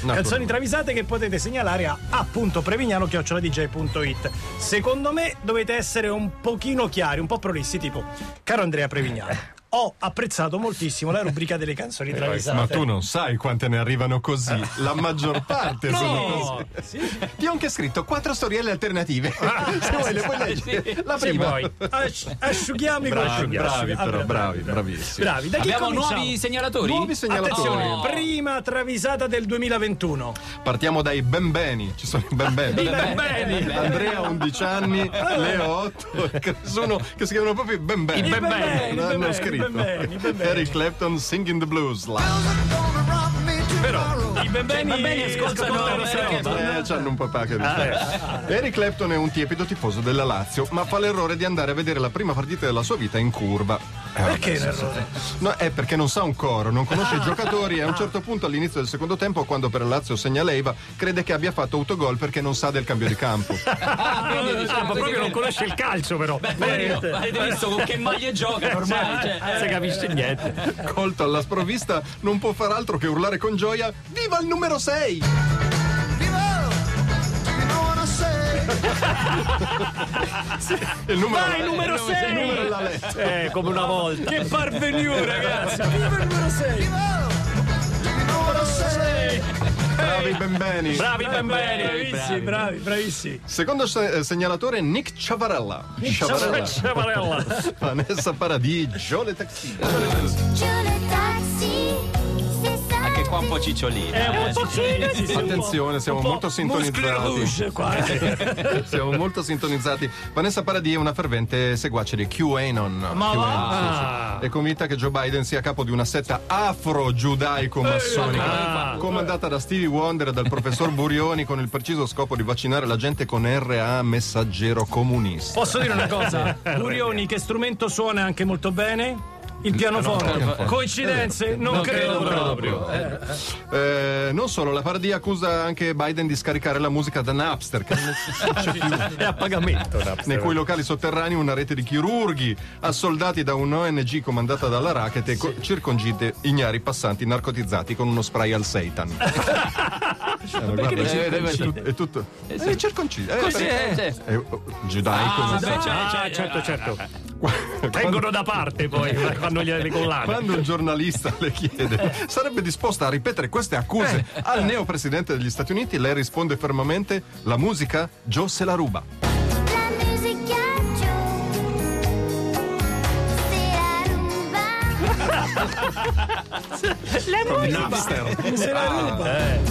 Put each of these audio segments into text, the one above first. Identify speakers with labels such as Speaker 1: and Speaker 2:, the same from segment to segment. Speaker 1: Canzoni travisate che potete segnalare a a.prevignano.dj.it. Secondo me dovete essere un pochino chiari, un po' prolissi, tipo Caro Andrea
Speaker 2: Eh.
Speaker 1: Prevignano. Ho apprezzato moltissimo la rubrica delle canzoni travisate.
Speaker 2: Ma tu non sai quante ne arrivano così, la maggior parte sono così.
Speaker 1: No! Sì. Ah.
Speaker 2: Ti ho anche scritto quattro storielle alternative. Se vuoi le puoi leggere. La
Speaker 1: Se
Speaker 2: prima.
Speaker 1: vuoi. Asci- asciughiamo i
Speaker 2: Bravi,
Speaker 1: coglioni.
Speaker 2: bravi,
Speaker 1: Ah,
Speaker 2: però,
Speaker 1: bra-
Speaker 2: bravi, bravissimi.
Speaker 1: Bravi, da chi
Speaker 3: Abbiamo
Speaker 1: cominciamo?
Speaker 3: nuovi segnalatori?
Speaker 2: Nuovi segnalatori.
Speaker 1: Attenzione,
Speaker 3: Oh.
Speaker 1: prima travisata del 2021.
Speaker 2: Partiamo dai bembeni. Ci sono i bembeni.
Speaker 1: Beh, bene.
Speaker 2: Andrea ha 11 anni, Leo 8, che, sono, che si chiamano proprio i bembeni.
Speaker 3: I Ben Beni,
Speaker 1: i Ben Beni,
Speaker 2: L'hanno
Speaker 1: i
Speaker 2: scritto.
Speaker 1: Ben Beni, i Ben Beni.
Speaker 2: Eric Clapton singing the blues. Là.
Speaker 1: I ben beni,
Speaker 3: Ben Beni cioè, ascoltano
Speaker 1: questa
Speaker 3: America.
Speaker 1: roba.
Speaker 2: Eh, c'hanno un papà che Eric Clapton è un tiepido tifoso della Lazio, ma fa l'errore di andare a vedere la prima partita della sua vita in curva. Eh, vabbè,
Speaker 1: Perché l'errore?
Speaker 2: No, è perché non sa un coro, non conosce i giocatori e a un certo punto all'inizio del secondo tempo, quando per la Lazio segna Leiva, crede che abbia fatto autogol perché non sa del cambio di campo.
Speaker 4: Ah, ma proprio non conosce il calcio, però.
Speaker 3: Poverino, avete visto con che maglie gioca ormai? Cioè,
Speaker 4: Non si capisce niente.
Speaker 2: Colto alla sprovvista, non può far altro che urlare con gioia: Viva il numero 6! Il numero
Speaker 1: Vai, numero 6!
Speaker 2: numero l'ha letto.
Speaker 4: Eh, come una volta.
Speaker 1: Che parvenu, ragazzi! Viva il numero 6!
Speaker 2: Bravi bembeni.
Speaker 4: Bravi bambini.
Speaker 1: Bravissimi, bravi, bravissimi.
Speaker 2: Secondo se- eh, segnalatore Nick Ciavarella. Ciavarella. Vanessa Paradiso, le taxi.
Speaker 3: Anche qua un po' cicciolina.
Speaker 1: È un po' sì, sì, un po'-
Speaker 2: Attenzione, siamo
Speaker 1: un po'
Speaker 2: molto
Speaker 1: Muscle
Speaker 2: sintonizzati.
Speaker 1: Rouge qua. eh.
Speaker 2: Siamo molto sintonizzati. Vanessa Paradis è una fervente seguace di QAnon.
Speaker 1: Ma
Speaker 2: QAnon,
Speaker 1: va!
Speaker 2: sì, sì. È convinta che Joe Biden sia capo di una setta
Speaker 1: ah,
Speaker 2: afro-giudaico-massonica, comandata da Stevie Wonder e dal professor Burioni con il preciso scopo di vaccinare la gente con RA messaggero comunista.
Speaker 1: Posso dire una cosa? Burioni, che strumento suona anche molto bene? Il pianoforte. Coincidenze? Non credo proprio.
Speaker 2: Eh, non solo, la Paradis accusa anche Biden di scaricare la musica da Napster, che non c'è più.
Speaker 4: È a pagamento.
Speaker 2: nei cui locali sotterranei una rete di chirurghi assoldati da un ONG comandata dalla Racket e co- circongite ignari passanti narcotizzati con uno spray al Seitan. Eh,
Speaker 3: li circoncidi?
Speaker 2: è tutto. Eh, circoncidi. Eh,
Speaker 3: Così
Speaker 2: perché-
Speaker 3: è.
Speaker 2: è, oh, giudaico. non so.
Speaker 3: vabbè, cioè,
Speaker 4: Ah,
Speaker 3: cioè,
Speaker 4: certo, certo.
Speaker 2: Quando-
Speaker 4: Tengono da parte poi, fanno le collane.
Speaker 2: Quando un giornalista le chiede, sarebbe disposta a ripetere queste accuse al neo presidente degli Stati Uniti, lei risponde fermamente: La musica Joe se la ruba. Napster.
Speaker 1: Se la ruba.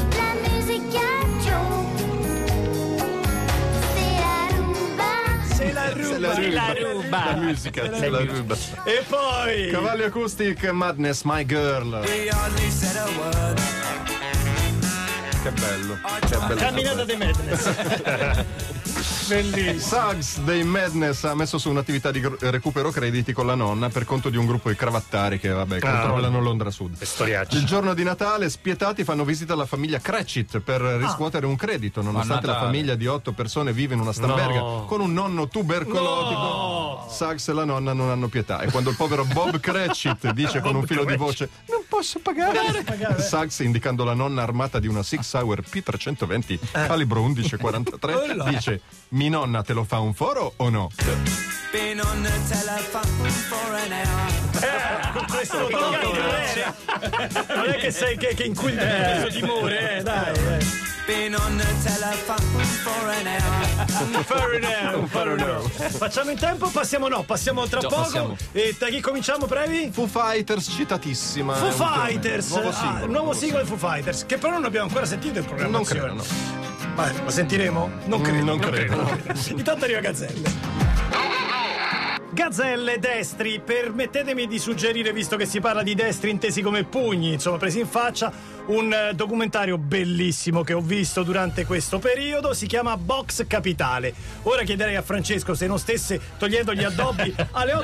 Speaker 1: Se la ruba.
Speaker 2: la ruba. La musica se la ruba.
Speaker 1: E poi.
Speaker 2: Cavalli Acoustic Madness My Girl. Che bello. Che bello.
Speaker 1: Camminata dei Madness. Bellissimo.
Speaker 2: Suggs dei Madness ha messo su un'attività di gr- recupero crediti con la nonna per conto di un gruppo di cravattari che vabbè, controllano Londra Sud. Il
Speaker 4: Storiacci.
Speaker 2: giorno di Natale, spietati fanno visita alla famiglia Cratchit per riscuotere un credito, nonostante la famiglia di otto persone vive in una stamberga
Speaker 4: No.
Speaker 2: con un nonno tubercolotico. Suggs e la nonna non hanno pietà. E quando il povero Bob Cratchit dice con un filo di voce: Non posso pagare, Suggs, indicando la nonna armata di una Six Hour P320 calibro 1143, dice: Mi nonna te lo fa un foro o no?
Speaker 1: Questo magari non è, non è che sei che, che inculti questo timore, eh, dai. eh. Fair enough, fair enough. Facciamo in tempo, passiamo no, passiamo tra poco.
Speaker 3: passiamo.
Speaker 1: E da chi cominciamo, Previ?
Speaker 2: Foo Fighters citatissima.
Speaker 1: Foo
Speaker 2: ultimamente.
Speaker 1: Fighters,
Speaker 2: Eh, Nuovo
Speaker 1: Ah,
Speaker 2: singolo.
Speaker 1: nuovo singolo dei Foo Fighters, che però non abbiamo ancora sentito il programma.
Speaker 2: Non credo, no.
Speaker 1: Ma lo sentiremo? Non credo.
Speaker 2: non credo.
Speaker 1: Intanto arriva Gazzelle. Gazzelle destri, permettetemi di suggerire, visto che si parla di destri intesi come pugni, insomma presi in faccia, un eh, documentario bellissimo che ho visto durante questo periodo, si chiama Box Capitale. Ora chiederei a Francesco se non stesse togliendo gli addobbi alle 8.48.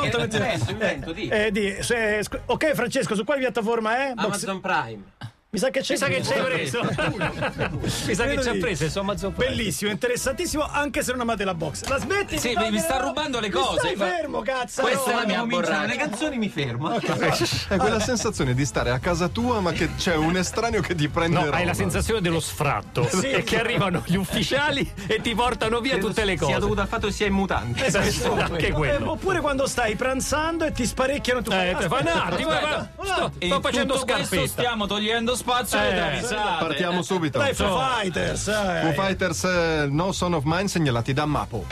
Speaker 5: dica,
Speaker 1: mentre-
Speaker 5: invento, invento, dica.
Speaker 1: eh, di- se- scu- ok Francesco, su quale piattaforma è? Box-
Speaker 5: Amazon Prime.
Speaker 1: Mi sa che c'è
Speaker 4: Mi sa che ci hai preso. Mi sa che
Speaker 1: Credo
Speaker 4: ci ha
Speaker 1: di-
Speaker 4: preso, insomma, zoppo.
Speaker 1: Bellissimo, interessantissimo, anche se non amate la box. La smetti?
Speaker 3: Sì,
Speaker 1: di
Speaker 3: mi- mi
Speaker 1: farmelo?
Speaker 3: sta rubando le
Speaker 1: Mi
Speaker 3: cose.
Speaker 1: Stai
Speaker 3: Ma-
Speaker 1: fermo, cazzo.
Speaker 3: Questa è la
Speaker 1: no.
Speaker 3: mia
Speaker 5: cominciano le
Speaker 3: borraccia.
Speaker 5: canzoni mi fermo.
Speaker 2: È quella sensazione di stare a casa tua, ma che c'è un estraneo che ti prende.
Speaker 4: No, hai
Speaker 2: roba.
Speaker 4: la sensazione dello sfratto.
Speaker 1: Sì.
Speaker 4: E che arrivano gli ufficiali e ti portano via tutte le
Speaker 5: Sia
Speaker 4: cose.
Speaker 5: dovuto al fatto che sia in mutante.
Speaker 4: Anche
Speaker 1: Eh,
Speaker 4: quello.
Speaker 1: Oppure quando stai pranzando e ti sparecchiano tu.
Speaker 4: Eh, te fai un attimo,
Speaker 3: Aspetta.
Speaker 4: ma- sto,
Speaker 3: E
Speaker 4: sto
Speaker 3: in
Speaker 4: facendo
Speaker 3: tutto questo esatto.
Speaker 4: scarpetta.
Speaker 3: stiamo togliendo spazio alle
Speaker 4: Eh,
Speaker 3: travisate.
Speaker 2: Partiamo subito.
Speaker 1: Dai, Foo
Speaker 4: so.
Speaker 1: Fighters.
Speaker 2: Foo
Speaker 1: eh.
Speaker 2: Fighters eh, No Son of Mine segnalati da Mapo.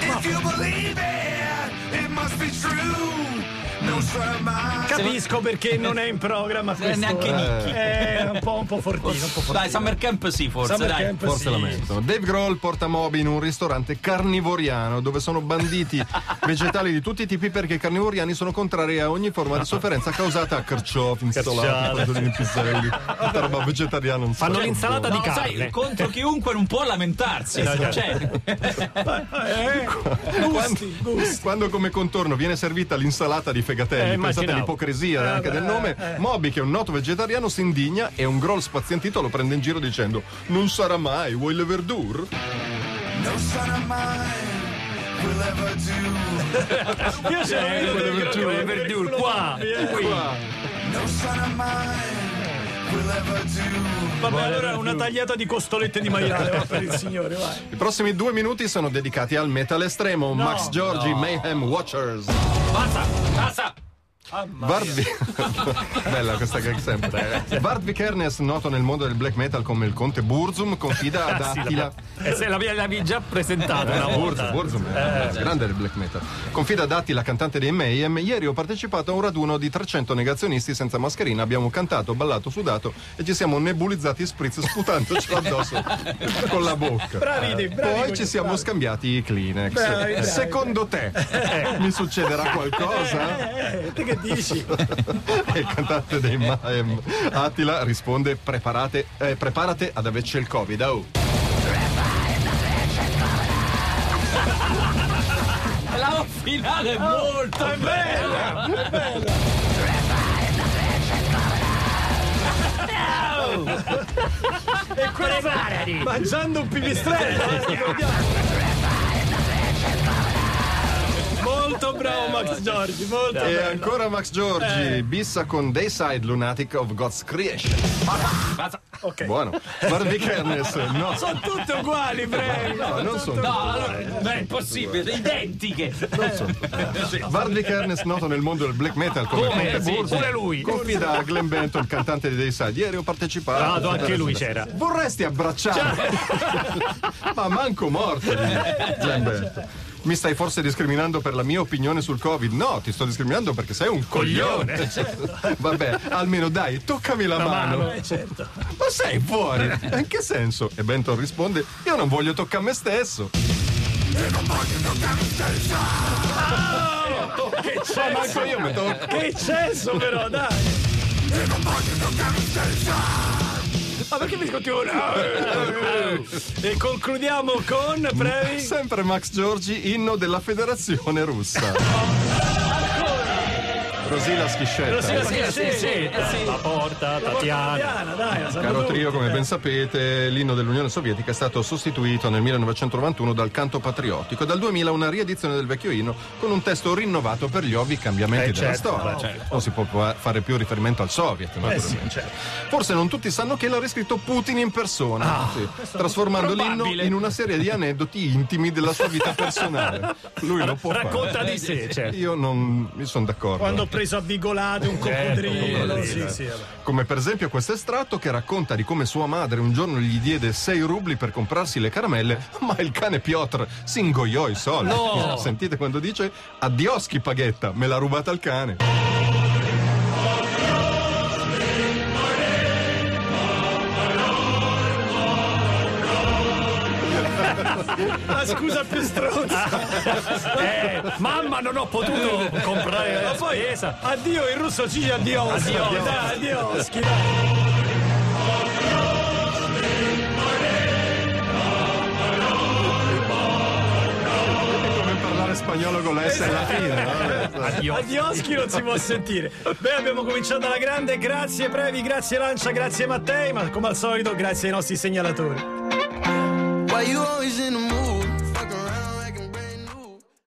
Speaker 1: Capisco perché non è in programma questo.
Speaker 3: neanche Nicky.
Speaker 1: È un po', un po' fortino. Un po fortino.
Speaker 3: Dai, Summer Camp sì, forse,
Speaker 1: Summer
Speaker 3: dai.
Speaker 1: Camp,
Speaker 2: Forse
Speaker 1: sì.
Speaker 2: la mettono. Dave Grohl porta Moby in un ristorante carnivoriano dove sono banditi vegetali di tutti i tipi perché i carnivoriani sono contrari a ogni forma di sofferenza causata a carciofi, insalati, fagiolini, piselli, tutta roba vegetariana. non so.
Speaker 4: Fanno l'insalata di
Speaker 3: No, sai,
Speaker 4: carne.
Speaker 3: contro chiunque non può lamentarsi. Cioè,
Speaker 1: Eh, gusti, gusti.
Speaker 2: Quando come contorno viene servita l'insalata di fegatelli,
Speaker 4: Eh,
Speaker 2: pensate
Speaker 4: immaginavo.
Speaker 2: all'ipocrisia anche del nome, Moby, che è un noto vegetariano, si indigna e un groll spazientito lo prende in giro dicendo: Non sarà mai, vuoi le verdure?
Speaker 6: No son of mine will ever do.
Speaker 1: Io ce l'ho vedo del
Speaker 4: verdure,
Speaker 1: grande
Speaker 4: verdure,
Speaker 1: pericolo
Speaker 4: qua.
Speaker 1: Zombie, eh.
Speaker 2: Qua.
Speaker 6: No son of mine will ever do.
Speaker 1: Vabbè, allora una tagliata di costolette di maiale va per il signore, vai.
Speaker 2: I prossimi due minuti sono dedicati al metal estremo. Max Giorgi, Mayhem Watchers.
Speaker 3: basta, basta.
Speaker 2: Barbie. Bella questa gag sempre. eh. Bart Vikernes, noto nel mondo del black metal come il conte Burzum, confida ad
Speaker 4: Ah, Sì, la-
Speaker 2: Attila.
Speaker 4: eh, se l'avevi l'avevi già presentata una
Speaker 2: Burzum,
Speaker 4: volta. Eh.
Speaker 2: Burzum, è grande del black metal. Confida ad Attila, cantante dei Mayhem. Ieri ho partecipato a un raduno di 300 negazionisti senza mascherina. Abbiamo cantato, ballato, sudato e ci siamo nebulizzati spritz sputandocelo addosso con la bocca. Eh,
Speaker 1: Bravi, dei bravi.
Speaker 2: Poi
Speaker 1: quelli,
Speaker 2: ci siamo
Speaker 1: bravi.
Speaker 2: scambiati i Kleenex.
Speaker 1: Bravi, bravi.
Speaker 2: Secondo te eh, mi succederà qualcosa?
Speaker 1: Eh, eh, te che dici?
Speaker 2: E il cantante dei Maem, Attila, risponde: preparate, eh, preparate ad averci il Covid. oh." au."
Speaker 3: La finale è
Speaker 1: Ah,
Speaker 3: molto bella.
Speaker 1: E quello mangiando un pipistrello, eh, ricordiamo. Molto bravo Max Giorgi, molto
Speaker 2: E
Speaker 1: bravo.
Speaker 2: ancora Max Giorgi, bissa con Dayside Lunatic of God's Creation.
Speaker 1: Ok.
Speaker 2: Buono. Barbie Kernes, no.
Speaker 1: Sono tutte uguali, prego.
Speaker 2: No, non sono.
Speaker 3: No, allora, beh, è impossibile, sono identiche.
Speaker 1: Eh,
Speaker 2: Barbie Kernes, noto nel mondo del black metal come,
Speaker 4: Come?
Speaker 3: Eh,
Speaker 2: Conte
Speaker 4: Sì,
Speaker 2: Burzum,
Speaker 4: pure lui.
Speaker 2: Confida a Glenn Benton, il cantante di Dayside. Ieri ho
Speaker 4: Ah,
Speaker 2: partecipato. Eh,
Speaker 4: no, anche lui c'era.
Speaker 2: Vorresti abbracciare? Ma manco morto. Glenn Benton. Mi stai forse discriminando per la mia opinione sul Covid? No, ti sto discriminando perché sei un coglione. Vabbè, almeno dai, toccami la,
Speaker 3: Ah,
Speaker 2: mano. Eh.
Speaker 1: Eh, certo.
Speaker 2: Ma sei fuori? In che senso? E Benton risponde: Io non voglio toccare me stesso.
Speaker 1: Che
Speaker 2: Ma
Speaker 1: c'è?
Speaker 2: Ah, manco io mi tocco.
Speaker 1: Che censo però, dai! Ma perché mi scontiamo? E concludiamo con Previ.
Speaker 2: Sempre Max Giorgi, inno della federazione russa. Rosila Schiscetta.
Speaker 4: Sì, sì, sì.
Speaker 1: Eh,
Speaker 4: La porta, Tatiana.
Speaker 1: Piana, dai, la sanno
Speaker 2: Caro
Speaker 1: tutti.
Speaker 2: trio, come ben sapete, l'inno dell'Unione Sovietica è stato sostituito nel 1991 dal canto patriottico e dal 2000 una riedizione del vecchio inno con un testo rinnovato per gli ovvi cambiamenti
Speaker 4: Eh,
Speaker 2: della
Speaker 4: certo, Eh, certo.
Speaker 2: storia. Non si può fa- fare più riferimento al Soviet, naturalmente. Forse non tutti sanno che l'ha riscritto Putin in persona,
Speaker 4: Ah,
Speaker 2: sì, trasformando l'inno
Speaker 4: probabile.
Speaker 2: in una serie di aneddoti intimi della sua vita personale. Lui lo può fare.
Speaker 4: Racconta di sé, cioè.
Speaker 2: Io non mi sono d'accordo.
Speaker 1: Quando ho preso a vigolate Certo, un coccodrillo. Sì, sì, vabbè.
Speaker 2: Come per esempio questo estratto che racconta di come sua madre un giorno gli diede 6 rubli per comprarsi le caramelle, ma il cane Piotr si ingoiò i soldi. Sentite quando dice addioski paghetta, me l'ha rubata il cane.
Speaker 1: La Ah, scusa più stronza.
Speaker 4: Eh, mamma, non ho potuto comprare
Speaker 1: Ma
Speaker 4: la
Speaker 1: poi
Speaker 4: spesa.
Speaker 1: addio in russo ci addio. Eh, Addio, dai, addio. schifo.
Speaker 2: Come parlare è spagnolo con la S alla fine. vabbè.
Speaker 1: Adioski. non si può sentire. Beh, abbiamo cominciato alla grande. Grazie Previ, grazie Lancia, grazie Mattei, ma come al solito grazie ai nostri segnalatori.
Speaker 6: Why you